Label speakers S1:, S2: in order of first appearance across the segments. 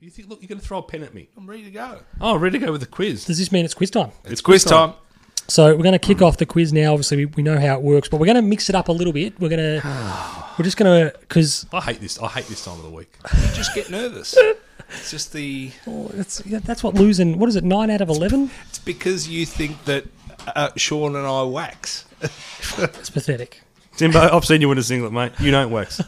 S1: You think? Look, you're going to throw a pen at me. I'm ready to go. Oh, ready to go with the quiz.
S2: Does this mean it's quiz time?
S3: It's quiz time.
S2: So we're going to kick off the quiz now. Obviously, we, we know how it works, but we're going to mix it up a little bit. We're going to, we're just going to, because
S1: I hate this. I hate this time of the week.
S3: You just get nervous. It's just the.
S2: that's that's what losing. What is it? Nine out of eleven.
S3: It's because you think that uh, Sean and I wax.
S2: It's pathetic.
S4: Timbo, I've seen you in a singlet, mate. You don't wax.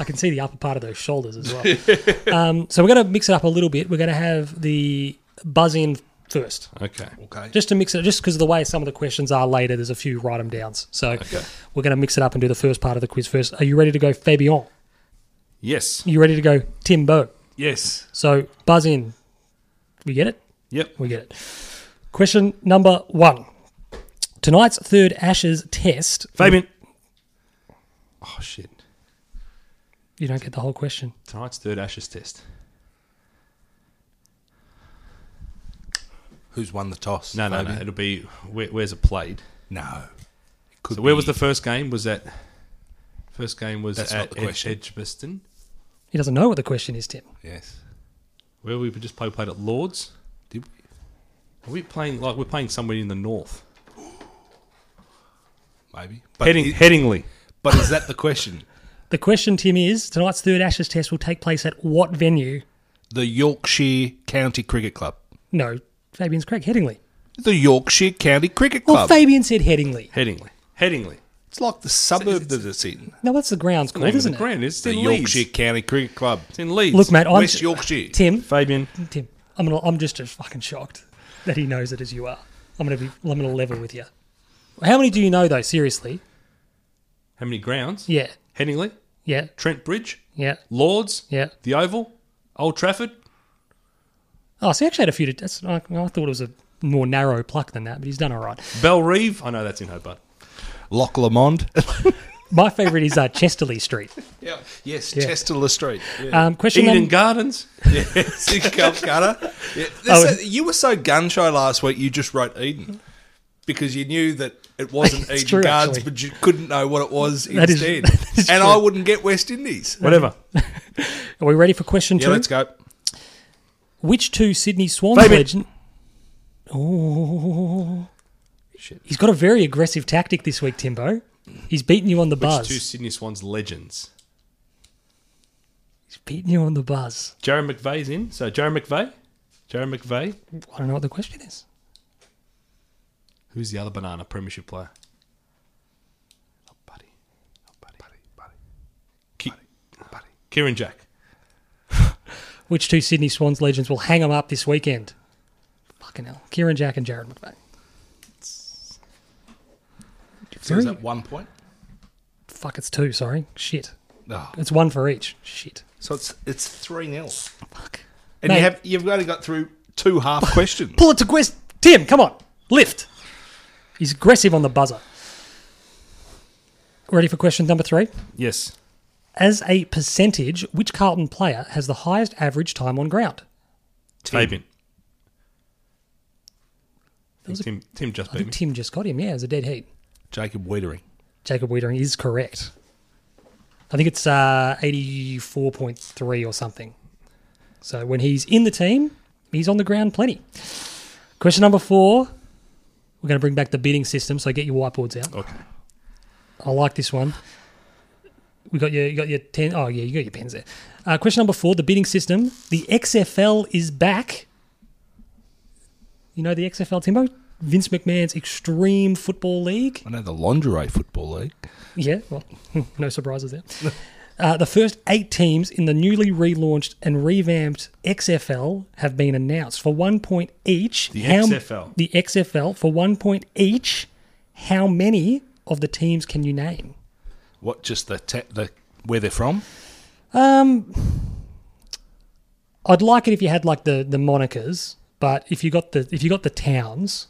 S2: I can see the upper part of those shoulders as well. um, so we're going to mix it up a little bit. We're going to have the buzz in first.
S1: Okay.
S3: Okay.
S2: just to mix it, just because of the way some of the questions are later, there's a few write 'em downs. So we're going to mix it up and do the first part of the quiz first. Are you ready to go, Fabian?
S1: Yes.
S2: Are you ready to go, Timbo?
S1: Yes.
S2: So buzz in. We get it?
S1: Yep.
S2: We get it. Question number one. Tonight's third Ashes test.
S4: Fabian,
S1: Oh shit.
S2: You don't get the whole question.
S1: Tonight's third Ashes test.
S3: Who's won the toss?
S1: No, no, no.
S3: Fabian?
S1: It'll be where, where's it played.
S3: No. It could
S1: So where was
S3: be-
S1: the first game? Was that first game was
S3: That's not
S1: at
S3: the
S1: Ed-
S3: question.
S1: Edgbaston?
S2: He doesn't know what the question is, Tim.
S3: Yes.
S1: Where we just play played at Lords.
S3: Did we?
S1: Are we playing like we're playing somewhere in the north?
S3: Maybe. But
S4: heading,
S3: i-
S4: headingly.
S3: But is that the question?
S2: The question, Tim, is tonight's third Ashes test will take place at what venue?
S3: The Yorkshire County Cricket Club.
S2: No, Fabian's correct. Headingley.
S3: The Yorkshire County Cricket
S2: Well,
S3: Club.
S2: Fabian said Headingley.
S1: Headingly. Headingly.
S3: it's like the suburb that it's in.
S2: No, that's the grounds
S1: Name
S2: called,
S1: of the
S2: isn't it?
S1: ground. It's
S3: The
S1: in Leeds.
S3: Yorkshire County Cricket Club.
S1: It's in Leeds.
S2: Look, mate, I'm
S3: West Yorkshire.
S2: Tim,
S4: Fabian,
S2: Tim, I'm gonna, I'm just as fucking shocked that he knows it as you are. I'm gonna be, I'm gonna level with you. How many do you know though? Seriously?
S1: How many grounds?
S2: Yeah,
S1: Headingley,
S2: yeah,
S1: Trent Bridge,
S2: yeah,
S1: Lords,
S2: yeah.
S1: the Oval, Old Trafford.
S2: Oh, so he actually had a few. To, that's, I, I thought it was a more narrow pluck than that, but he's done all right.
S1: Bell Reeve. I know that's in Hobart.
S3: Loch Lomond.
S2: My favourite is uh, Chesterley Street.
S3: yeah. Yes, Chester Le Street. Yeah.
S2: Um, question
S1: Eden
S2: num-
S1: Gardens.
S3: Calcutta. Yeah.
S2: Oh,
S3: This- you were so gun shy last week, you just wrote Eden. Because you knew that it wasn't
S2: It's
S3: Eden
S2: true,
S3: Gardens,
S2: actually.
S3: but you couldn't know what it was
S2: That is-
S3: instead.
S2: that is
S3: and
S2: true.
S3: I wouldn't get West Indies.
S4: whatever.
S2: Are we ready for question
S3: Yeah,
S2: two?
S3: let's go.
S2: Which two Sydney Swans
S4: Fabian.
S2: legend? Oh, he's got a very aggressive tactic this week, Timbo. He's beating you on the
S1: Which
S2: buzz.
S1: two Sydney Swans legends?
S2: He's beating you on the buzz.
S1: Jared McVeigh's in. So Jared McVeigh, Jared McVeigh.
S2: I don't know what the question is.
S1: Who's the other banana premiership player? Oh, buddy. Oh, buddy. Buddy, buddy. Ki- buddy. Kieran Jack.
S2: Which two Sydney Swans legends will hang them up this weekend? Fucking hell. Kieran Jack and Jared McVeigh.
S3: So is that one point?
S2: Fuck, it's two, sorry. Shit.
S3: No.
S2: It's one for each. Shit.
S3: Ah, So it's it's three 0
S2: Fuck.
S3: And
S2: Mate.
S3: you have you've only got through two half questions.
S2: Pull it to Quest. Tim, come on. Lift. He's aggressive on the buzzer. Ready for question number three?
S4: Yes.
S2: As a percentage, which Carlton player has the highest average time on ground?
S4: Fabian.
S1: I think Tim, Tim just
S2: I
S1: beat me.
S2: think Tim just got him. Yeah, it was a dead heat.
S3: Jacob Wiedering.
S2: Jacob Wiedering is correct. I think it's uh, 84.3 or something. So when he's in the team, he's on the ground plenty. Question number four. We're going to bring back the bidding system, so get your whiteboards out.
S1: Okay.
S2: I like this one. We got your you got your ten oh yeah, you got your pens there. Uh, question number four: the bidding system. The XFL is back. You know the XFL, Timbo. Vince McMahon's Extreme Football League.
S3: I know the lingerie football league.
S2: Yeah, well, no surprises there. Uh, the first eight teams in the newly relaunched and revamped XFL have been announced for one point each. The
S4: XFL.
S2: The XFL for one point each. How many of the teams can you name?
S3: What just the ta- the where they're from?
S2: I'd like it if you had like the the monikers, but if you got the if you got the towns,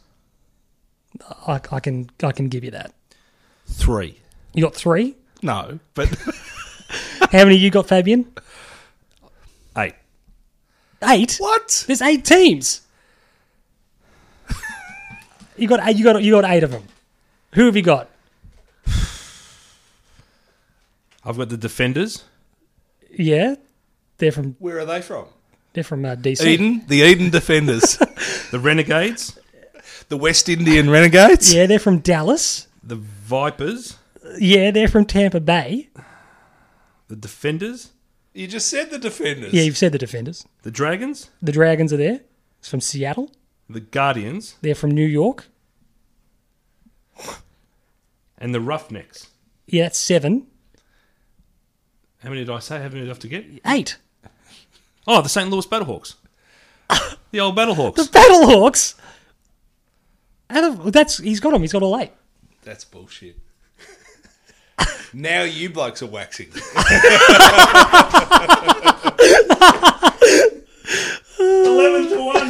S2: I, I can I can give you that.
S3: Three.
S2: You got three.
S3: No, but
S2: How many you got, Fabian?
S4: Eight.
S2: Eight.
S3: what?
S2: There's eight teams. you got eight, you got you got eight of them. Who have you got?
S4: I've got the defenders.
S2: Yeah, They're from
S3: Where are they from?
S2: they're from uh, DC.
S3: Eden, the Eden Defenders,
S4: The Renegades,
S3: the West Indian Renegades.
S2: Yeah, they're from Dallas.
S4: the Vipers,
S2: Yeah, they're from Tampa Bay.
S4: the Defenders,
S3: You just said the Defenders.
S2: Yeah, you've said the Defenders.
S4: the Dragons,
S2: The Dragons are there. It's from Seattle.
S4: the Guardians,
S2: They're from New York.
S4: and the Roughnecks.
S2: Yeah, that's seven.
S4: How many did I say? How many did I have to get?
S2: Eight.
S4: Oh, the St. Louis Battlehawks. The old Battlehawks.
S2: Battlehawks. Out of that's he's got them. He's got all eight.
S3: That's bullshit. now you blokes are waxing.
S4: Eleven to one.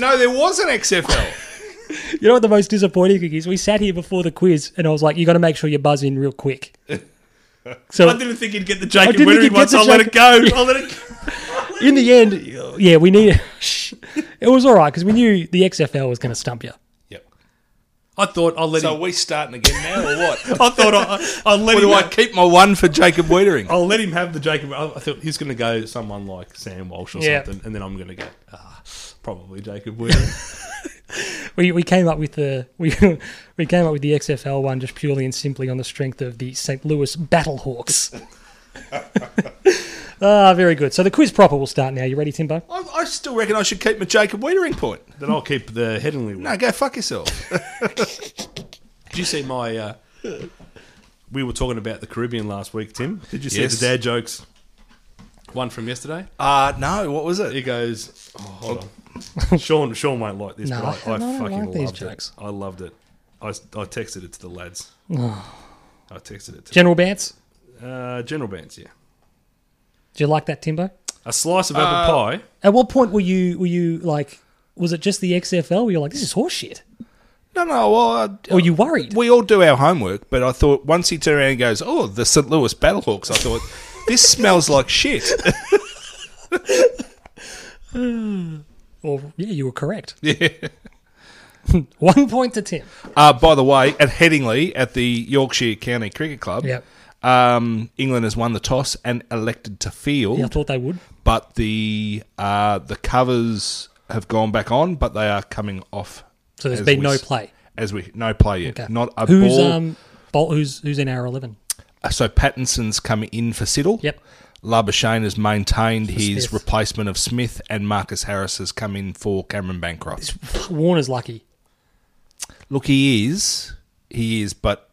S3: no, there was an XFL.
S2: You know what the most disappointing thing is? We sat here before the quiz, and I was like, "You got to make sure you buzz in real quick." So
S4: I didn't think he'd get the
S2: I
S4: Jacob
S2: didn't think
S4: Winery
S2: he'd get
S4: once.
S2: the
S4: I'll let it go.
S2: Jacob-
S4: I'll let it go.
S2: in the end, yeah, we need. it was all right because we knew the XFL was going to stump you.
S3: yep.
S4: I thought I'll let
S3: So
S4: him.
S3: are we starting again now or what?
S4: I thought I, I'll let
S3: Or
S4: him.
S3: do I keep my one for Jacob Wiedering?
S4: I'll let him have the Jacob. I I thought he's going to go someone like Sam Walsh or
S2: Yeah.
S4: something, and then I'm going to go ah, probably Jacob Winery.
S2: We, we came up with the we we came up with the XFL one just purely and simply on the strength of the St. Louis Battlehawks. Ah, very good. So the quiz proper will start now. You ready, Timbo?
S3: I, I still reckon I should keep my Jacob Wiedering point.
S4: then I'll keep the Headingley. one.
S3: No, go fuck yourself.
S4: Did you see my? Uh, we were talking about the Caribbean last week, Tim. Did you see
S3: Yes.
S4: the dad jokes? One from yesterday.
S3: Uh, no, what was
S4: He
S3: it?
S4: goes, oh, hold on. Sean, Sean won't like this,
S2: No,
S4: but I,
S2: I
S4: I,
S2: don't like
S4: fucking
S2: these
S4: loved
S2: jokes.
S4: it. I loved it. I, s- I texted it to the lads. I texted it to
S2: General Bance,
S4: uh, General Bands, yeah.
S2: do you like that, Timbo?
S4: A slice of apple pie.
S2: At what point were you were you like? Was it just the XFL? Were you like, this is horseshit?
S3: No, no. Well, uh, I,
S2: Or you worried?
S3: we all do our homework, but I thought once he turned around and goes, "Oh, the St. Louis Battlehawks," I thought this smells like shit.
S2: Or yeah, you were correct. Yeah. One point to Tim.
S3: Uh, by the way, at Headingley at the Yorkshire County Cricket Club,
S2: Yep.
S3: um, England has won the toss and elected to field,
S2: Yeah, I thought they would.
S3: but the uh, the covers have gone back on, but they are coming off.
S2: So there's
S3: as
S2: been
S3: we
S2: no
S3: s-
S2: play.
S3: As we no play yet,
S2: Okay.
S3: not a
S2: who's
S3: ball.
S2: um Bolt, who's who's in our eleven?
S3: so Pattinson's come in for Siddle.
S2: Yep.
S3: Labuschagne has maintained his
S2: Smith.
S3: replacement of Smith, and Marcus Harris has come in for Cameron Bancroft.
S2: Warner's lucky.
S3: Look, he is, he is, but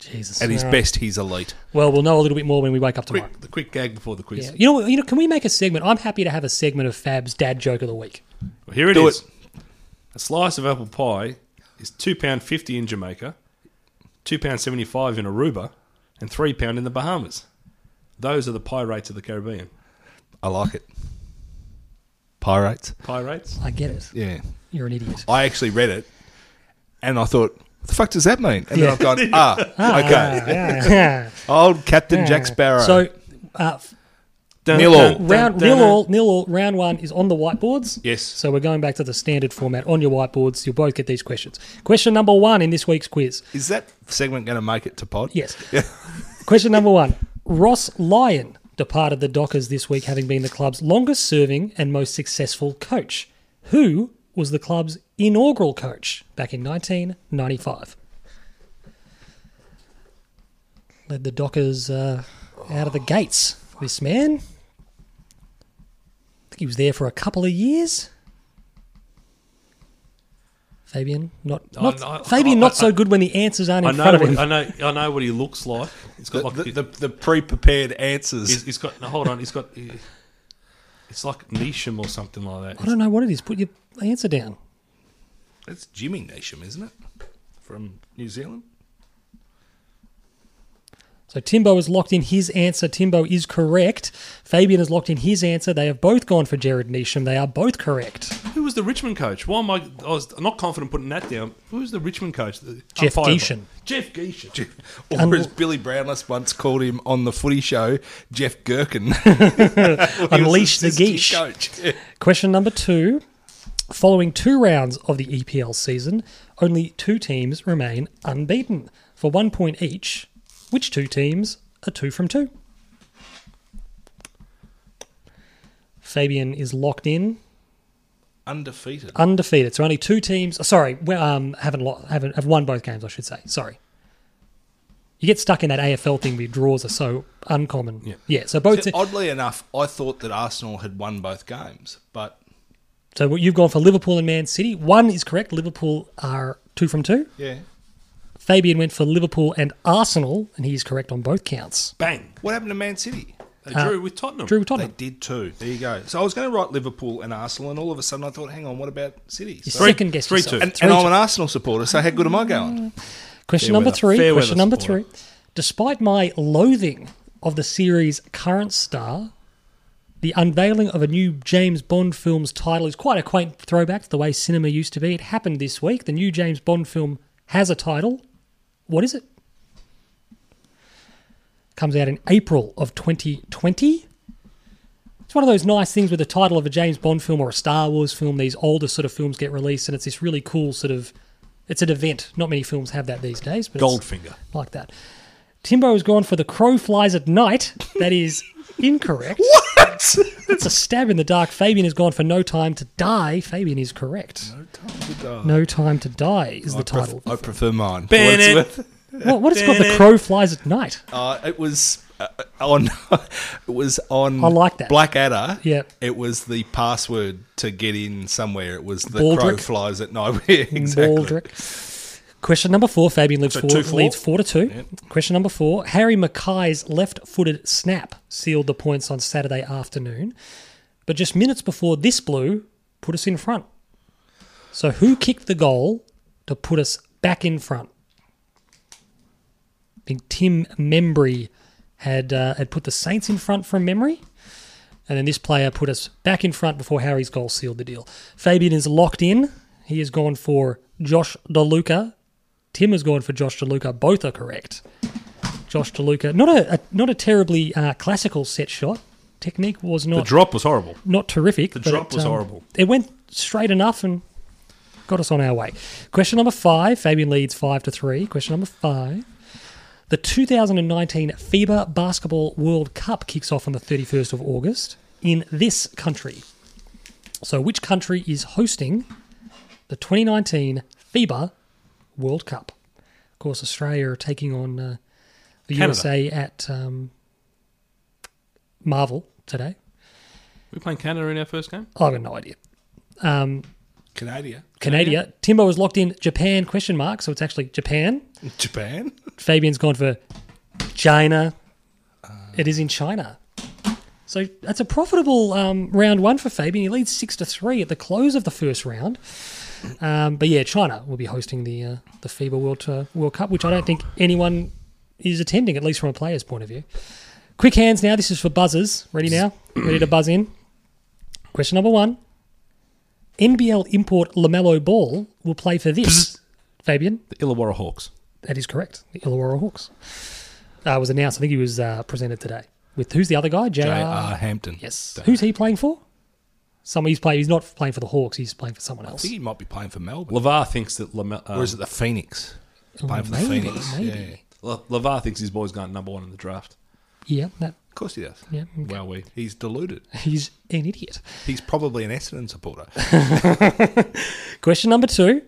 S2: Jesus.
S3: at his
S2: All right.
S3: best, he's elite.
S2: Well, we'll know a little bit more when we wake up tomorrow.
S4: Quick, the quick gag before the quiz.
S2: Yeah. You know, what- you know. Can we make a segment? I'm happy to have a segment of Fab's dad joke of the week.
S4: Well, here it is.
S3: Do it.
S4: A slice of apple pie is £2.50 in Jamaica, £2.75 in Aruba, and £3 in the Bahamas. Those are the pie rates of the Caribbean.
S3: I like it. Pirates.
S4: Pie rates?
S2: I get it.
S3: Yeah.
S2: You're an idiot.
S3: I actually read it, and I thought, what the fuck does that mean? And then
S2: Yeah.
S3: I've gone, ah, okay. Old Captain Jack Sparrow.
S2: So, uh,
S4: Dun,
S3: Nil all.
S4: dun,
S2: round
S4: dun,
S2: nil
S4: dun.
S2: all, nil all. Round one is on the whiteboards.
S3: Yes.
S2: So we're going back to the standard format on your whiteboards. You'll both get these questions. Question number one in this week's quiz.
S3: is that segment going to make it to pod?
S2: Yes. Question number one. Ross Lyon departed the Dockers this week, having been the club's longest serving and most successful coach. Who was the club's inaugural coach back in 1995? Led the Dockers uh, out of the gates, this man. I think he was there for a couple of years. Fabian, not,
S4: I-
S2: not
S4: I-
S2: Fabian,
S4: I-
S2: not
S4: I-
S2: so good when the answers aren't
S4: I
S2: in
S4: know,
S2: front of him.
S4: what, I, know, I know what he looks like. He's got
S3: The,
S4: like.
S3: the, the, the pre-prepared answers.
S4: he's, he's got. No, hold on. He's got. he- It's like Nisham or something like
S2: I
S4: that.
S2: don't know what it is. Put your answer down.
S3: That's Jimmy Nation, isn't it? From New Zealand.
S2: So Timbo has locked in his answer. Timbo is correct. Fabian has locked in his answer. They have both gone for Jared Neesham. They are both correct.
S4: Who was the Richmond coach? Why am I? I was not confident putting that down. Who was the Richmond coach? The-
S2: Jeff
S4: unfireable.
S2: Geeshan.
S4: Jeff Geeshan.
S3: Or as Billy Brownless once called him on the footy show, Jeff Gherkin.
S2: Unleash the geesh. Question number two. Following two rounds of the EPL season, only two teams remain unbeaten for one point each. Which two teams a two from two. Fabian is locked in,
S3: Undefeated.
S2: undefeated. So only two teams. oh, Sorry, we- um, haven't lo- haven't have won both games. I should say. Sorry. You get stuck in that AFL thing where draws are so uncommon. Yeah. so both.
S3: See,
S2: te-
S3: Oddly enough, I thought that Arsenal had won both games, but
S2: so what you've gone for Liverpool and Man City. One is correct. Liverpool are two from two.
S3: yeah.
S2: Fabian went for Liverpool and Arsenal, and he is correct on both counts.
S4: Bang.
S3: What happened to Man City?
S4: They
S2: Uh,
S4: drew with Tottenham.
S2: Drew with
S3: They
S2: Tottenham.
S3: did too. There you go. So I was going to write Liverpool and Arsenal, and all of a sudden I thought, hang on, what about City?
S2: You
S3: So-
S2: second guessed
S4: three,
S2: yourself.
S4: two.
S3: and,
S2: Three
S3: and
S2: to-
S3: I'm an Arsenal supporter, so how good am I going?
S2: Question
S3: Fair
S2: number
S3: weather.
S2: three.
S4: Fair
S2: question
S4: weather
S2: number
S4: supporter.
S2: three. Despite my loathing of the series' current star, the unveiling of a new James Bond film's title is quite a quaint throwback to the way cinema used to be. It happened this week. The new James Bond film has a title. What is it? Comes out in April of 2020. It's one of those nice things with the title of a James Bond film or a Star Wars film. These older sort of films get released, and it's this really cool sort of. It's an event. Not many films have that these days. But it's-
S4: Goldfinger.
S2: like that. Timbo has gone for the crow flies at night. That is incorrect.
S3: What?
S2: That's a stab in the dark. Fabian has gone for no time to die. Fabian is correct. No time to die is the title.
S3: I prefer mine.
S4: Bennett.
S3: Wordsworth.
S2: What, what is it called? The crow flies at night.
S3: Uh, it was uh, on. it was on.
S2: I like that.
S3: Blackadder.
S2: Yeah.
S3: It was the password to get in somewhere. It was the crow
S2: Baldric.
S3: flies at night. Yeah, exactly.
S2: Baldrick. Question number four. Fabian leads
S3: So
S2: four,
S3: two, four?
S2: leads four to two. Question number four. Harry Mackay's left-footed snap sealed the points on Saturday afternoon, but just minutes before this blue put us in front. So who kicked the goal to put us back in front? I think Tim Membry had uh, had put the Saints in front from memory. And then this player put us back in front before Harry's goal sealed the deal. Fabian is locked in. He has gone for Josh DeLuca. Tim has gone for Josh DeLuca. Both are correct. Josh DeLuca, not a, a not a terribly uh, classical set shot. Technique was
S4: The
S2: not
S4: drop was horrible.
S2: not terrific.
S4: The
S2: but
S4: drop
S2: it, um,
S4: was horrible.
S2: It went straight enough and got us on our way. Question number five. Fabian leads five to three. Question number five. The 2019 FIBA Basketball World Cup kicks off on the 31st of August in this country. So, which country is hosting the 2019 FIBA World Cup? Of course, Australia are taking on uh, the
S4: Canada.
S2: USA at um, Marvel today.
S4: We playing Canada in our first game?
S2: I've got no idea.
S3: Canada.
S2: Canada. Timbo was locked in Japan question mark, so it's actually Japan.
S3: Japan.
S2: Fabian's gone for China. it is in China. So that's a profitable um, round one for Fabian. He leads six to three at the close of the first round. Um, but yeah, China will be hosting the uh, the FIBA World uh, World Cup, which I don't think anyone is attending, at least from a player's point of view. Quick hands now. This is for buzzers. Ready now? Ready to buzz in? Question number one. NBL import Lamelo Ball will play for this. Fabian,
S4: The Illawarra Hawks.
S2: that is correct. The Illawarra Hawks. Uh, was announced. I think he was uh, presented today. With who's the other guy? JR.
S3: J.R. Hampton.
S2: Yes. Who's he playing for? Someone he's playing. He's not playing for the Hawks. He's playing for someone
S3: I
S2: else.
S3: think he might be playing for Melbourne.
S4: Lavar thinks that Lame- uh,
S3: or is it the Phoenix?
S2: Oh,
S3: Playing for the
S2: maybe,
S3: Phoenix.
S2: maybe.
S3: Yeah.
S4: La- Lavar thinks his boy's going number one in the draft.
S2: Yeah. That.
S3: Of course he does.
S2: Yeah. okay.
S4: Wow, we.
S3: He's deluded.
S2: He's an idiot.
S3: He's probably an Essendon supporter.
S2: Question number two.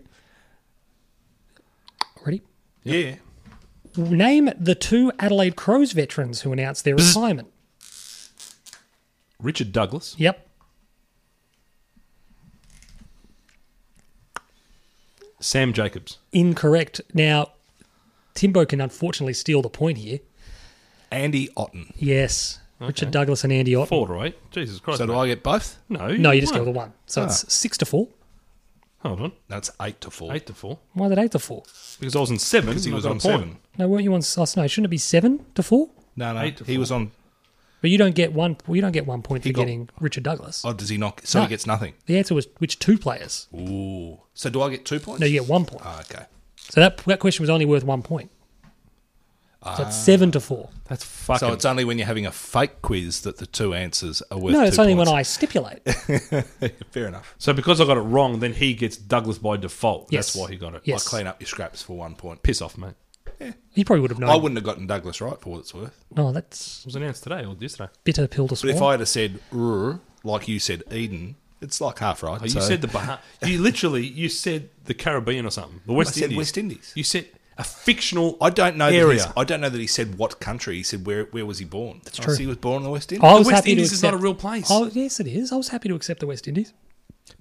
S2: Ready?
S3: Yeah.
S2: Name the two Adelaide Crows veterans who announced their retirement.
S4: Richard Douglas,
S2: Yep.
S4: Sam Jacobs.
S2: Incorrect. Now, Timbo can unfortunately steal the point here.
S3: Andy Otten.
S2: Yes. Richard Douglas and Andy Ott.
S4: Forward, right? Jesus Christ.
S3: So do
S4: mate.
S3: I get both?
S4: No.
S2: No, you just
S4: won't.
S2: go the one. So
S3: Ah.
S2: it's six to four.
S4: Hold on.
S3: That's eight to four.
S4: Eight to four.
S2: Why is it eight to four?
S4: Because I was in seven.
S3: Because he
S4: and I
S3: was
S4: got a
S3: on
S4: point.
S3: seven.
S2: No, weren't you on? Oh, no, shouldn't it be seven to four?
S3: No, no.
S4: Eight to
S3: he
S4: four.
S3: was on.
S2: But you don't get one. Well, you don't get one point for
S3: got-
S2: getting Richard Douglas.
S3: Oh, does he not? So
S2: No.
S3: he gets nothing.
S2: The answer was which two players?
S3: Ooh. So do I get two points?
S2: No, you get one point.
S3: Oh, okay.
S2: So that that question was only worth one point. So it's seven to four.
S4: That's fucking.
S3: So it's only when you're having a fake quiz that the two answers are worth.
S2: No, it's
S3: two
S2: only
S3: points.
S2: when I stipulate.
S3: Fair enough.
S4: so because I got it wrong, then he gets Douglas by default.
S2: Yes.
S4: That's why he got it.
S2: Yes.
S3: Clean up your scraps for one point.
S4: Piss off, mate.
S2: He probably would have known.
S3: I wouldn't have gotten Douglas right for what it's worth.
S2: No, that's
S4: was announced today or yesterday.
S2: bitter pill to
S3: But
S2: swallow.
S3: if I had have said "Rrr," like you said Eden, it's like half right.
S4: Oh, you
S3: so-
S4: said the Bah- You literally you said the Caribbean or something. The West
S3: I said
S4: Indies.
S3: West Indies.
S4: You said a fictional.
S3: I don't know. That
S4: Area.
S3: he's- I don't know that he said what country. He said where where was he born? That's
S2: true.
S3: he was born in the West Indies.
S2: I was
S4: West
S2: happy
S4: Indies
S2: to
S4: is not
S2: accept-
S4: a real place.
S2: Oh, yes, it is. I was happy to accept the West Indies.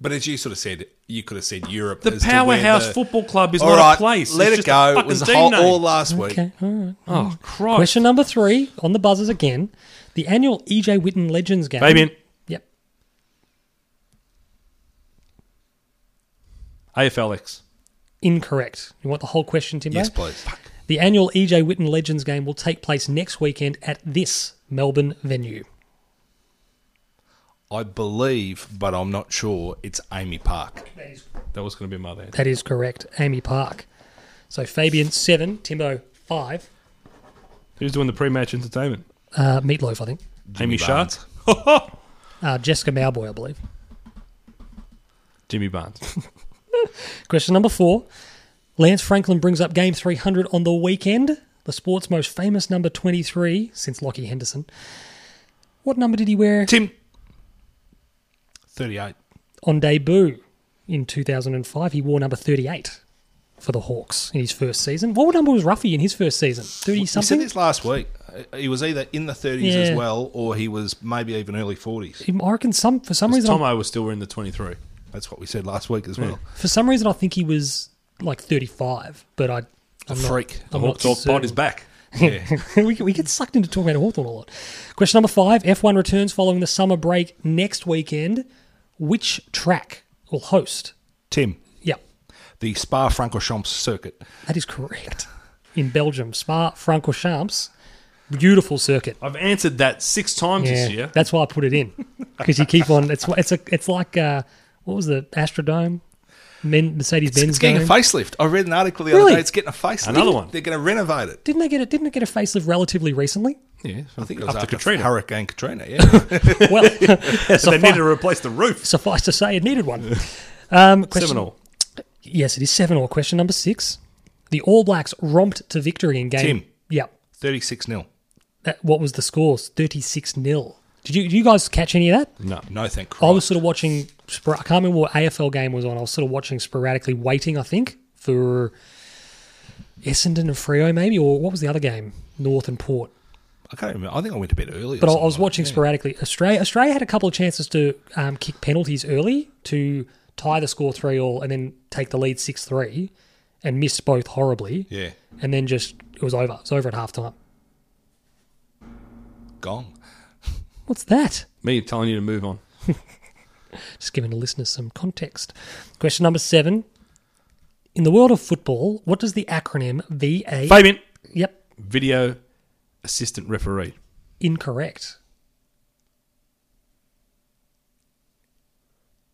S3: But as you sort of said, you could have said Europe.
S4: The
S3: as to where
S4: powerhouse
S3: the-
S4: football club is
S3: All
S4: not
S3: right,
S4: a place.
S3: Let
S4: It's
S3: it
S4: just a
S3: go. It
S4: fucking
S3: was the
S4: team
S3: whole,
S4: name.
S3: all last week.
S2: Okay, all right.
S4: Oh Christ!
S2: Mm. Question number three on the buzzers again. The annual EJ Witten Legends game.
S4: Fabian,
S2: Yep.
S4: AFLX.
S2: Incorrect. You want the whole question, Timbo?
S3: Yes, please.
S2: The annual EJ Witten Legends game will take place next weekend at this Melbourne venue.
S3: I believe, but I'm not sure. It's Amy Park.
S2: That is,
S4: That was going to be my answer.
S2: that is correct. Amy Park. So Fabian seven, Timbo five.
S4: Who's doing the pre-match entertainment?
S2: Uh, Meatloaf, I think.
S4: Amy
S3: Barnes.
S4: Sharp,
S2: Uh, Jessica Mowboy, I believe.
S4: Jimmy Barnes.
S2: Question number four. Lance Franklin brings up game 300 on the weekend, the sport's most famous number 23 since Lockie Henderson. What number did he wear
S3: Tim. Thirty-eight.
S2: on debut in 2005? He wore number 38 for the Hawks in his first season. What number was Ruffy in his first season? 30
S3: We said
S2: something?
S3: this last week. Uh, He was either in the 30s
S2: Yeah.
S3: as well, or he was maybe even early 40s.
S2: I reckon some for some reason I,
S4: Tomo was still wearing the twenty-three.
S3: That's what we said last week as well.
S2: for some reason I think he was like 35, but I I'm not,
S3: freak.
S2: I'm
S4: Hawk
S2: not
S4: Talk Pod
S2: certain.
S4: is back.
S2: we, get- we get sucked into talking about Hawthorn a lot. Question number five F1 returns following the summer break next weekend. Which track will host?
S3: Tim,
S2: Yep,
S3: the Spa Francorchamps circuit.
S2: that is correct. In Belgium, Spa Francorchamps. Beautiful circuit.
S4: I've answered that six times
S2: Yeah,
S4: this year.
S2: that's why I put it in because you keep on. It's it's a it's like uh, what was the Astrodome, Men, Mercedes
S3: It's,
S2: Benz
S3: it's getting a
S2: Dome.
S3: facelift. I read an article the
S2: Really?
S3: other day. It's getting a facelift.
S4: Another one.
S3: They're going to renovate it.
S2: didn't they get it? Didn't it get a facelift relatively recently?
S4: Yeah,
S3: I think it was
S4: after
S3: after
S4: Katrina.
S3: Hurricane Katrina. Yeah.
S2: Well,
S4: they needed
S2: suffice,
S4: to replace the roof.
S2: suffice to say, it needed one. Um, question,
S4: Seminole.
S2: Yes, it is seven all. Question number six. The All Blacks romped to victory in game.
S3: Tim.
S2: Yep.
S3: 36 0.
S2: That, what was the scores? 36 0. Did you, did you guys catch any of that?
S4: No.
S3: No, thank
S2: I
S3: Christ.
S2: was sort of watching, spor- I can't remember what AFL game was on. I was sort of watching sporadically, waiting, I think, for Essendon and Freo, maybe, or what was the other game? North and Port.
S3: I can't remember. I think I went to bed early. or
S2: But I, I
S3: something
S2: was
S3: like
S2: watching sporadically. Australia Australia had a couple of chances to um, kick penalties early to tie the score 3 all and then take the lead 6 3 and missed both horribly.
S3: that. Yeah.
S2: and then just it was over. It was over at half time.
S3: Gong.
S2: What's that?
S4: Me telling you to move on.
S2: Just giving the listeners some context. Question number seven. In the world of football, what does the acronym VA?
S4: Fabian,
S2: Yep,
S4: video assistant referee.
S2: incorrect.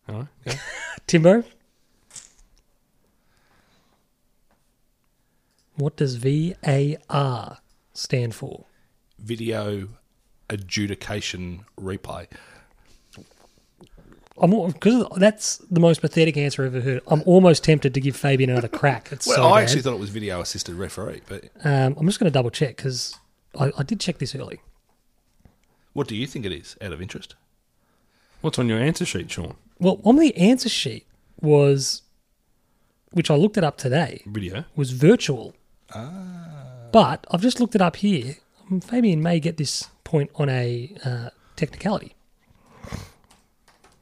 S4: All right. yeah.
S2: Timbo. What does VAR stand for?
S3: Video adjudication replay.
S2: I'm because that's the most pathetic answer I've ever heard. I'm almost tempted to give Fabian another crack. It's
S3: Well,
S2: so
S3: I
S2: bad.
S3: actually thought it was video assisted referee, but
S2: um, I'm just going to double check because I, I did check this early.
S3: what do you think it is out of interest?
S4: What's on your answer sheet, Sean?
S2: Well, on the answer sheet was, which I looked it up today,
S4: Video.
S2: was virtual. But I've just looked it up here. Um, Fabian may get this point on a uh, technicality.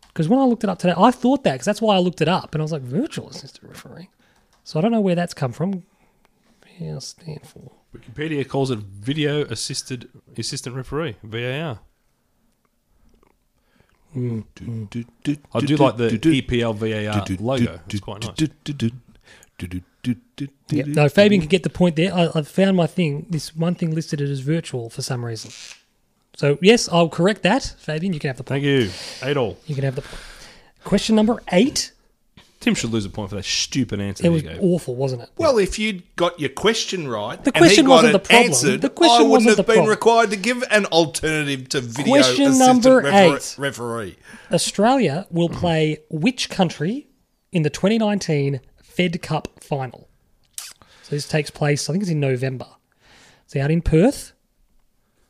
S2: Because when I looked it up today, I thought that because that's why I looked it up, and I was like, virtual assistant referee. So I don't know where that's come from. Yeah, stand for
S4: Wikipedia calls it video assisted assistant referee, VAR. I do like the E EPL VAR logo. It's quite nice.
S2: Yeah, no, Fabian could get the point there. I, I found my thing. This one thing listed it as virtual for some reason. So yes, I'll correct that, Fabian. You can have the
S4: Thank
S2: point.
S4: you. Eight all.
S2: You can have the point. Question number eight.
S4: Tim should lose a point for that stupid answer.
S2: It
S4: there
S2: was
S4: you go.
S2: awful, wasn't it?
S3: Well, if you'd got your question right,
S2: The
S3: and he
S2: question
S3: got
S2: wasn't
S3: it
S2: the problem.
S3: Answered,
S2: The question
S3: I wouldn't
S2: wasn't
S3: have
S2: the
S3: been
S2: problem.
S3: required to give an alternative to video
S2: Question
S3: assistant
S2: number
S3: refere-
S2: eight.
S3: referee.
S2: Australia will
S4: Mm-hmm.
S2: play which country in the 2019 Fed Cup final? So this takes place, I think it's in November. It's out in Perth.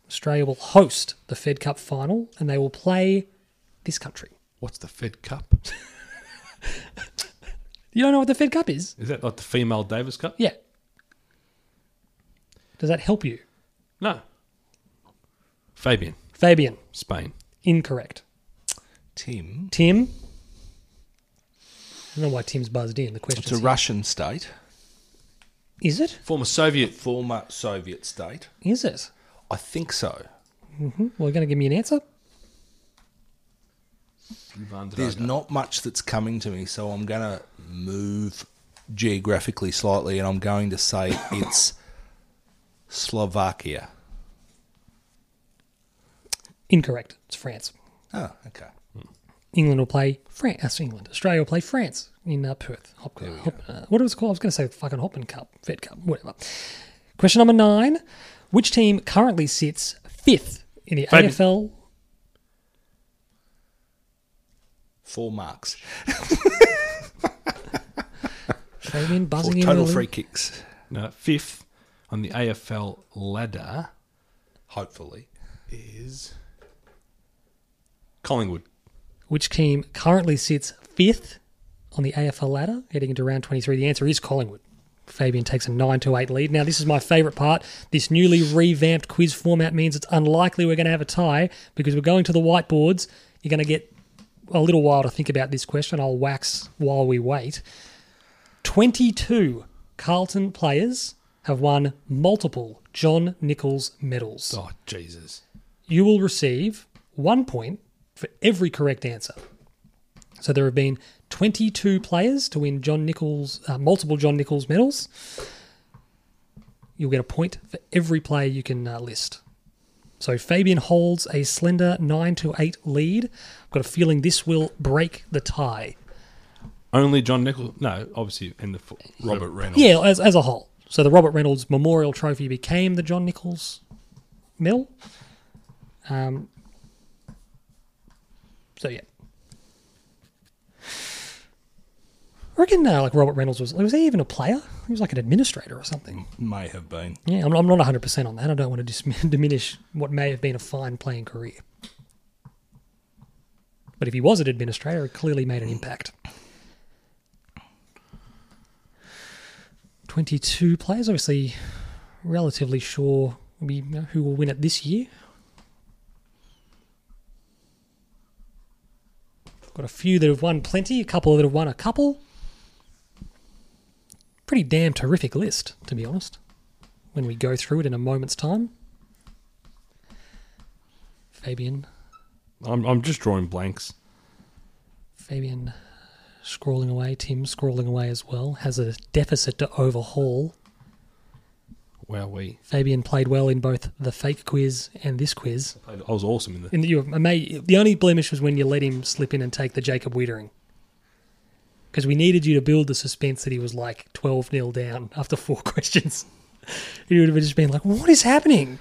S2: Australia will host the Fed Cup final and they will play this country.
S1: What's the Fed Cup?
S2: You don't know what the Fed Cup is?
S4: Is that like the female Davis Cup?
S2: Yeah. Does that help you?
S4: No. Fabian,
S2: Fabian,
S4: Spain.
S2: incorrect.
S3: Tim.
S2: Tim? I don't know why Tim's buzzed in. The
S3: It's a
S2: question
S3: Russian state,
S2: is it?
S4: Former Soviet.
S3: former Soviet state.
S2: Is it?
S3: I think so.
S2: Hmm? Well, you're going to give me an answer?
S4: Ivan Drago.
S3: There's not much that's coming to me, so I'm going to move geographically slightly, and I'm going to say it's Slovakia.
S2: Incorrect. It's France.
S3: Oh, okay.
S2: England will play France. That's England. Australia will play France in uh, Perth. Hop, Hop- uh, what was it called? I was going to say fucking Hopman Cup, Fed Cup, whatever. Question number nine: Which team currently sits fifth in the
S4: Fabian.
S2: AFL?
S3: Four marks
S2: Fabian
S3: for
S2: buzzing in
S3: total
S2: early.
S3: free kicks,
S4: No, fifth on the AFL ladder
S3: hopefully.
S4: is Collingwood.
S2: Which team currently sits fifth on the AFL ladder heading into round 23? The answer is Collingwood. Fabian takes a 9 to 8 lead. Now, this is my favourite part. This newly revamped quiz format means it's unlikely we're going to have a tie because we're going to the whiteboards. You're going to get a little while to think about this question. I'll wax while we wait. 22 Carlton players have won multiple John Nichols medals
S4: Oh, Jesus.
S2: you will receive one point for every correct answer. So there have been 22 players to win John Nichols, uh, multiple John Nichols medals. You'll get a point for every player you can uh, list. So Fabian holds a slender 9 to 8 lead. I've got a feeling this will break the tie.
S4: Only John Nichol. No, obviously, and the fo- Robert Reynolds.
S2: Yeah, as, as a whole. So the Robert Reynolds Memorial Trophy became the John Nichols Medal. Um, so yeah, I reckon uh, like Robert Reynolds was was he even a player? He was like an administrator or something.
S3: May have been.
S2: Yeah, I'm, I'm not 100 percent on that. I don't want to dis- diminish what may have been a fine playing career. But if he was an administrator, it clearly made an impact. 22 players, obviously, relatively sure we you know, who will win it this year. Got a few that have won plenty, a couple that have won a couple. Pretty damn terrific list, to be honest when we go through it in a moment's time. Fabian,
S4: I'm, I'm just drawing blanks.
S2: Fabian scrawling away, Tim scrawling away as well, has a deficit to overhaul.
S4: Wow, we.
S2: Fabian played well in both the fake quiz and this quiz.
S4: I was awesome in the.
S2: And you may, the only blemish was when you let him slip in and take the Jacob Wiedering. Because we needed you to build the suspense that he was like 12 0 down after four questions. he would have just been like, What is happening?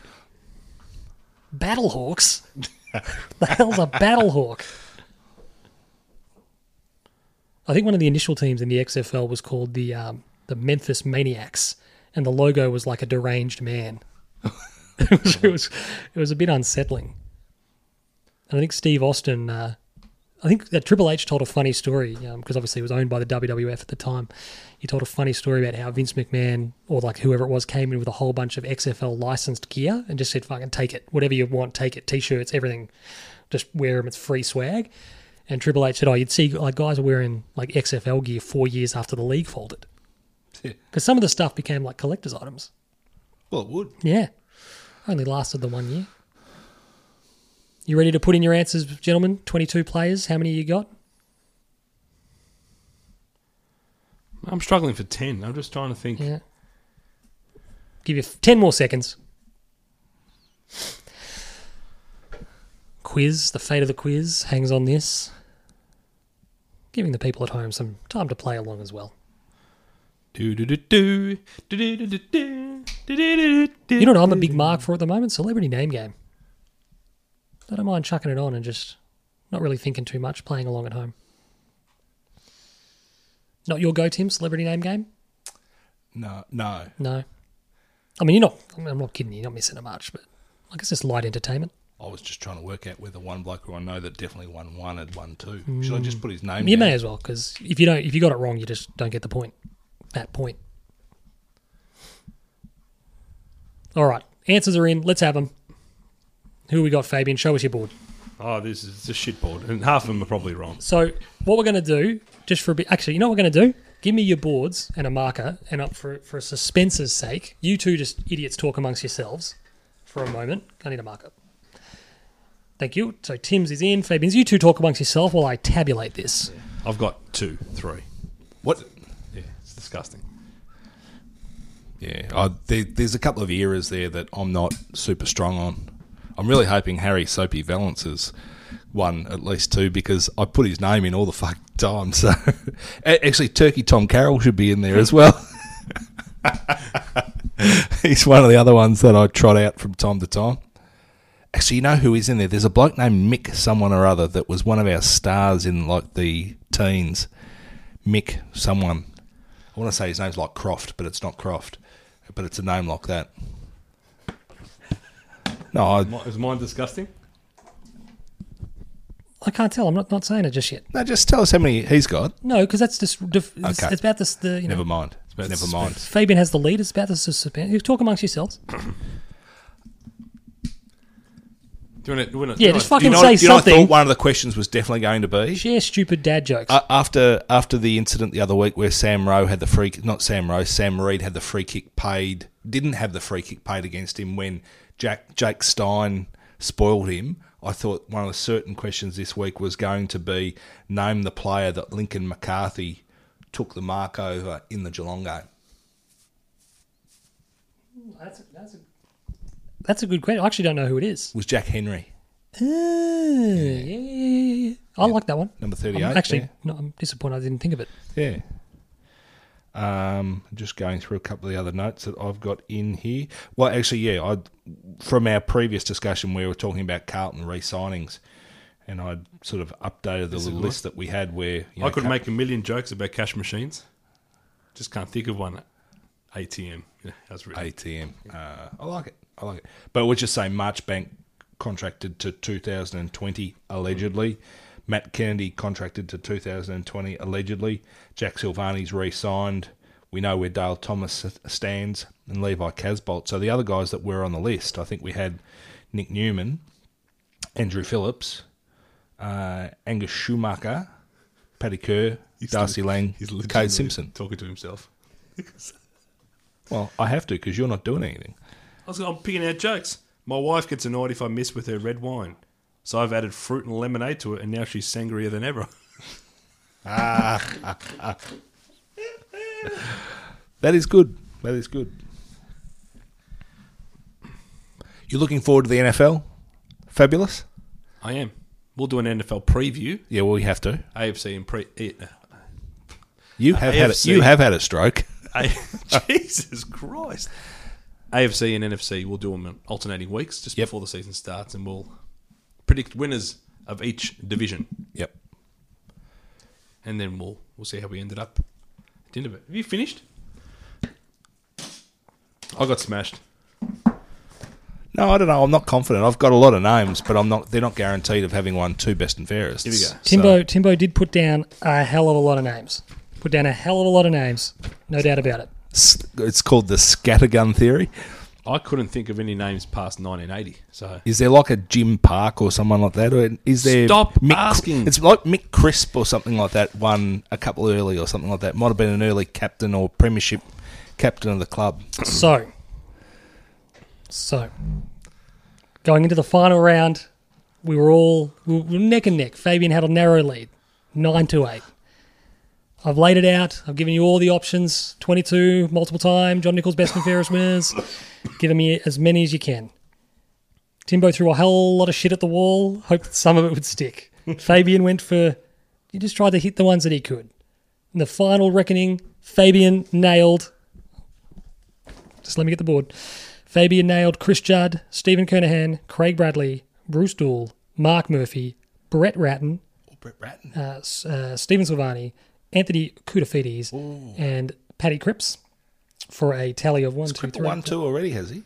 S2: Battlehawks? the hell's a Battlehawk? I think one of the initial teams in the XFL was called the um, the Memphis Maniacs, and the logo was like a deranged man. it, was, it was it was a bit unsettling. And I think Steve Austin, uh, I think that Triple H told a funny story because obviously it was owned by the WWF at the time. He told a funny story about how Vince McMahon or like whoever it was came in with a whole bunch of XFL licensed gear and just said, "Fucking take it, whatever you want, take it, t-shirts, everything, just wear them. It's free swag." And Triple H said, "Oh, you'd see like guys wearing like XFL gear four years after the league folded because some of the stuff became like collectors' items."
S3: Well, it would.
S2: Yeah. Only lasted the one year. You ready to put in your answers, gentlemen? 22 players. How many you got?
S4: I'm struggling for 10. I'm just trying to think.
S2: Yeah. Give you f- 10 more seconds. Quiz, the fate of the quiz hangs on this. Giving the people at home some time to play along as well.
S4: Do, do, do, do. Do, do, do, do, do. Do, do, do, do, do.
S2: You know what I'm a big mark for at the moment? Celebrity name game. I don't mind chucking it on and just not really thinking too much, playing along at home. Not your go, Tim, celebrity name game?
S3: No, no.
S2: No. I mean, you're not. I mean, I'm not kidding you. You're not missing it much, but I guess it's light entertainment.
S3: I was just trying to work out whether one bloke who I know that definitely won one had won two. Should I just put his name?
S2: You
S3: down?
S2: may as well, because if you don't, if you got it wrong, you just don't get the point. That point. All right, answers are in. Let's have them. Who we got, Fabian? Show us your board.
S4: Oh, this is a shitboard, and half of them are probably wrong.
S2: So what we're going to do, just for a bit, actually, you know what we're going to do? Give me your boards and a marker, and up for for suspense's sake, you two just idiots talk amongst yourselves for a moment. I need a marker. Thank you. So Tim's is in. Fabian's. You two talk amongst yourself while I tabulate this.
S4: I've got two, three.
S3: What?
S4: Yeah, it's disgusting.
S3: Yeah, I, there, there's a couple of eras there that I'm not super strong on. I'm really hoping Harry Soapy Valance has won at least two because I put his name in all the fuck time. So A- actually, Turkey Tom Carroll should be in there as well. He's one of the other ones that I trot out from time to time. Actually, you know who is in there? There's a bloke named Mick, someone or other, that was one of our stars in like the teens. Mick, someone. I want to say his name's like Croft, but it's not Croft. But it's a name like that. No, I,
S4: Mi- Is mine disgusting?
S2: I can't tell. I'm not, not saying it just yet.
S3: no, just tell us how many he's got.
S2: No, because that's just def- it's,
S3: Okay.
S2: it's about this. The you know,
S3: Never mind. Never mind.
S2: Fabian has the lead. It's about the suspend. You talk amongst yourselves.
S4: Do you want to? Do you want to
S2: Yeah, just
S3: Do you
S2: fucking
S3: know,
S2: say
S3: do you know I
S2: something.
S3: thought one of the questions was definitely going to be
S2: Share stupid dad jokes.
S3: A- after after the incident the other week where Sam Rowe had the free not Sam Rowe Sam Reed had the free kick paid didn't have the free kick paid against him when Jack Jake Stein spoiled him. I thought one of the certain questions this week was going to be name the player that Lincoln McCarthy took the mark over in the Geelong game.
S2: that's, a, that's, a, that's a good question. I actually don't know who it is.
S3: It was Jack Henry
S2: Ah, yeah, yeah, yeah, yeah, yeah. I like that one.
S3: number
S2: I'm
S3: thirty eight.
S2: actually, no, I'm disappointed I didn't think of it.
S3: Yeah. Um, just going through a couple of the other notes that I've got in here. Well, actually, yeah, I from our previous discussion we were talking about Carlton re-signings, and I would sort of updated the little list that we had where you
S4: I
S3: know,
S4: could
S3: Car-
S4: make a million jokes about cash machines. Just can't think of one. ATM. Yeah, that's really.
S3: ATM. Uh, I like it. I like it. But we'll just say Marchbank contracted to 2020 allegedly. Matt Kennedy contracted to 2020 allegedly. Jack Silvani's re-signed. We know where Dale Thomas s- stands and Levi Casbolt. So the other guys that were on the list, I think we had Nick Newman, Andrew Phillips, uh, Angus Schumacher, Paddy Kerr, Darcy Lang, Kate
S4: legitimately
S3: Simpson.
S4: talking to himself.
S3: Well, I have to because you're not doing anything.
S4: I was, I'm picking out jokes. My wife gets annoyed if I miss with her red wine, so I've added fruit and lemonade to it, and now she's sangrier than ever.
S3: That is good. That is good. You're looking forward to the NFL? Fabulous.
S4: I am. We'll do an NFL preview,
S3: Yeah, well, you have to.
S4: AFC and pre. eh, no.
S3: You have had a,
S4: AFC.
S3: you have had a stroke.
S4: A- Jesus Christ. AFC and NFC, we'll do them in alternating weeks just before the season starts, and we'll predict winners of each division,
S3: Yep.
S4: and then we'll we'll see how we ended up at the end of it. Have you finished? I got smashed.
S3: No, I don't know. I'm not confident. I've got a lot of names, but I'm not. They're not guaranteed of having won two best and fairest. Here
S4: we go.
S2: Timbo, Timbo did put down a hell of a lot of names. Put down a hell of a lot of names. No doubt about it.
S3: It's called the scattergun theory.
S4: I couldn't think of any names past 1980. So
S3: Is there like a Jim Park or someone like that, or is there
S4: Stop
S3: Mick,
S4: asking.
S3: It's like Mick Crisp or something like that. One a couple early or something like that. Might have been an early captain or premiership captain of the club.
S2: So, so going into the final round, we were all we were neck and neck. Fabian had a narrow lead, nine to eight. I've laid it out. I've given you all the options: twenty-two, multiple time, John Nichols, best and fairest winners. Given me as many as you can. Timbo threw a whole lot of shit at the wall. Hoped that some of it would stick. Fabian went for. He just tried to hit the ones that he could. In the final reckoning, Fabian nailed just let me get the board. Fabian nailed Chris Judd, Stephen Kernahan, Craig Bradley, Bruce Dool, Mark Murphy, Brett Ratton,
S3: Brett Ratton.
S2: uh, S- uh, Stephen Silvani, Anthony Koutafidis, and Paddy Cripps. for a tally of one, two,
S3: Cripple
S2: three,
S3: one,
S2: four-
S3: two already, has he?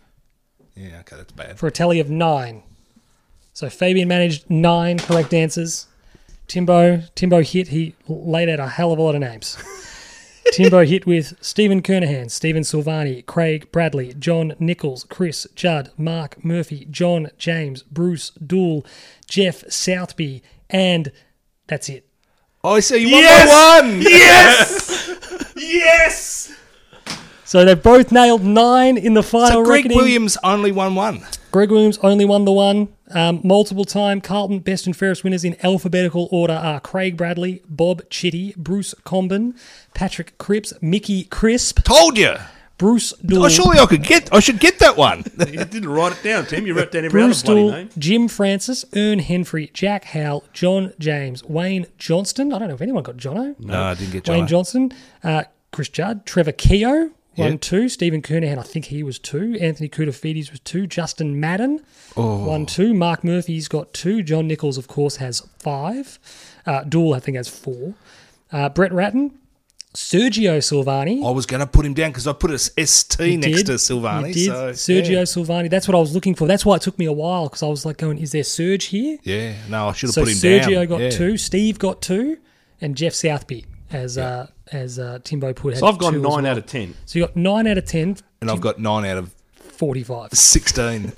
S3: Yeah, okay, that's bad.
S2: for a tally of nine. So Fabian managed nine correct answers. Timbo, Timbo hit. He laid out a hell of a lot of names. Timbo hit with Stephen Kernahan, Stephen Silvani, Craig Bradley, John Nichols, Chris Judd, Mark Murphy, John James, Bruce Dool, Jeff Southby, and that's it.
S3: Oh, I see. You
S1: Yes!
S3: won by one.
S1: Yes! yes!
S2: So they both nailed nine in the final
S3: So Greg
S2: reckoning.
S3: Williams only won one.
S2: Greg Williams only won the one. Um, multiple time Carlton best and fairest winners in alphabetical order are Craig Bradley, Bob Chitty, Bruce Comben, Patrick Cripps, Mickey Crisp,
S3: Told you.
S2: Bruce Dool,
S3: Oh, surely I could get. I should get that one.
S4: You didn't write it down, Tim. You wrote down every
S2: Bruce
S4: other bloody
S2: Dool,
S4: name.
S2: Jim Francis, Ern Henfrey, Jack Howell, John James, Wayne Johnston. I don't know if anyone got Jono.
S3: no, I didn't get
S2: Wayne
S3: John.
S2: Johnson, uh, Chris Judd, Trevor Keogh, one,
S3: Yeah.
S2: two. Stephen Kernahan, I think he was two. Anthony Koutafidis was two. Justin Madden,
S3: Oh.
S2: one, two. Mark Murphy's got two. John Nichols, of course, has five. Uh, Dool, I think, has four. Uh, Brett Ratton, Sergio Silvani.
S3: I was going to put him down because I put a ST
S2: You
S3: Oh, next
S2: did.
S3: to
S2: You
S3: Silvani.
S2: did.
S3: So,
S2: Sergio Silvani. That's what I was looking for. That's why it took me a while because I was like going, is there Serge here?
S3: Yeah. yeah. No, I should have
S2: So
S3: put him
S2: Sergio
S3: down.
S2: got
S3: Yeah.
S2: two, Steve got two, and Jeff Southby, as uh, as uh, Timbo put.
S4: So I've got
S2: two
S4: nine
S2: as well.
S4: out of ten.
S2: So you got nine out of 10,
S3: and I've got nine out of
S2: 45.
S3: sixteen.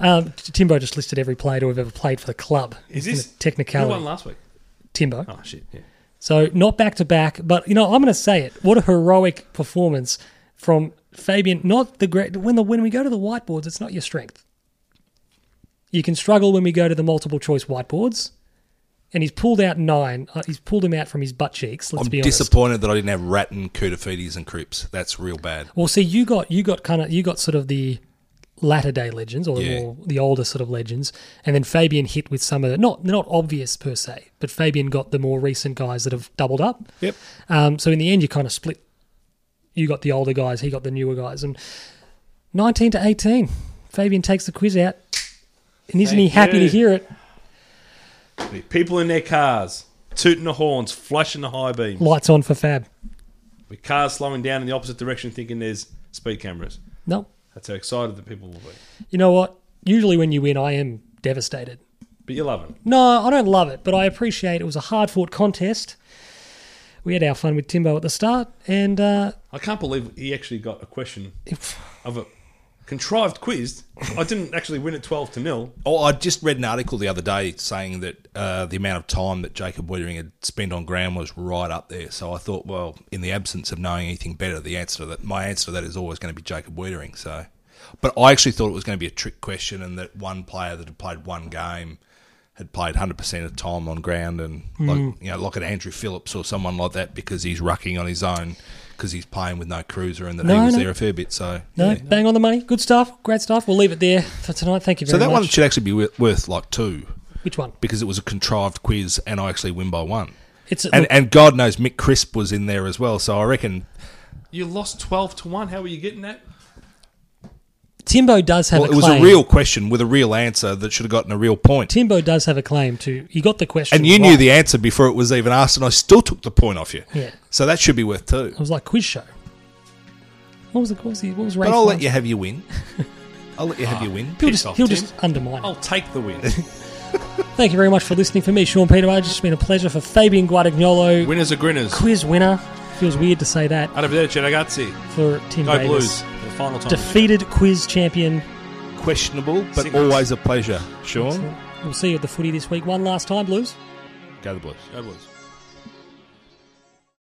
S2: Um, Timbo just listed every player who have ever played for the club.
S4: Is
S2: In a
S4: this
S2: technicality?
S4: Who won last week?
S2: Timbo.
S4: Oh shit! Yeah.
S2: So not back to back, but you know I'm going to say it. What a heroic performance from Fabian. Not the great when the when we go to the whiteboards, it's not your strength. You can struggle when we go to the multiple choice whiteboards, and he's pulled out nine. Uh, he's pulled him out from his butt cheeks. Let's
S3: I'm
S2: be honest.
S3: disappointed that I didn't have Ratton, Kudafidis, and Cripps. That's real bad.
S2: Well, see, you got you got kind of you got sort of the latter day legends or
S3: Yeah.
S2: the, more, the older sort of legends, and then Fabian hit with some of the not they're not obvious per se, but Fabian got the more recent guys that have doubled up.
S3: Yep.
S2: Um, so in the end, you kind of split. You got the older guys, he got the newer guys, and nineteen to eighteen, Fabian takes the quiz out, and isn't he
S4: Thank
S2: happy to
S4: you.
S2: hear it?
S4: The people in their cars, tooting the horns, flashing the high beam.
S2: Lights on for Fab.
S4: The cars slowing down in the opposite direction, thinking there's speed cameras.
S2: Nope.
S4: That's how excited the people will be.
S2: You know what? Usually when you win, I am devastated.
S4: But you're loving it.
S2: No, I don't love it, but I appreciate it was a hard fought contest. We had our fun with Timbo at the start, and uh,
S4: I can't believe he actually got a question
S2: if-
S4: of a contrived quiz. I didn't actually win at 12 to nil.
S3: Oh, I just read an article the other day saying that uh, the amount of time that Jacob Wiedering had spent on ground was right up there. So I thought, well, in the absence of knowing anything better, the answer to that, my answer to that is always going to be Jacob Wiedering. So, but I actually thought it was going to be a trick question, and that one player that had played one game had played hundred percent of the time on ground, and
S2: Hmm.
S3: like you know, like an Andrew Phillips or someone like that, because he's rucking on his own because he's playing with no cruiser, and that he
S2: No,
S3: was
S2: no.
S3: there a fair bit. So
S2: no,
S3: yeah.
S2: bang on the money. Good stuff, great stuff. We'll leave it there for tonight. Thank you very
S3: so that
S2: much.
S3: one should actually be worth, worth like two.
S2: Which one?
S3: because it was a contrived quiz and I actually win by one.
S2: It's
S3: And,
S2: look,
S3: and God knows Mick Crisp was in there as well, so I reckon.
S4: You lost 12 to 1. How are you getting that?
S2: Timbo does have
S3: Well,
S2: a
S3: it was
S2: claim.
S3: a real question with a real answer that should have gotten a real point.
S2: Timbo does have a claim to. He got the question,
S3: And you
S2: right.
S3: knew the answer before it was even asked, and I still took the point off you.
S2: Yeah.
S3: So that should be worth two.
S2: It was like quiz show. What was the what was the, what was
S3: But
S2: rank
S3: I'll
S2: one?
S3: let you have your win. I'll let you have your win.
S2: He'll
S4: piss
S2: just
S4: off,
S2: he'll
S4: Tim.
S2: just undermine.
S4: I'll
S2: it.
S4: take the win.
S2: Thank you very much for listening. For me, Sean Peter, it's been a pleasure. For Fabian Guadagnolo,
S4: Winners are grinners.
S2: quiz winner. Feels weird to say that
S4: Arrivederci, ragazzi.
S2: for Tim
S4: Go
S2: Davis.
S4: Blues. For the final time.
S2: defeated quiz champion.
S3: Questionable, but
S4: Six.
S3: always a pleasure. Sean,
S2: We'll see you at the footy this week. One last time, Blues.
S3: go the Blues.
S4: Go Blues.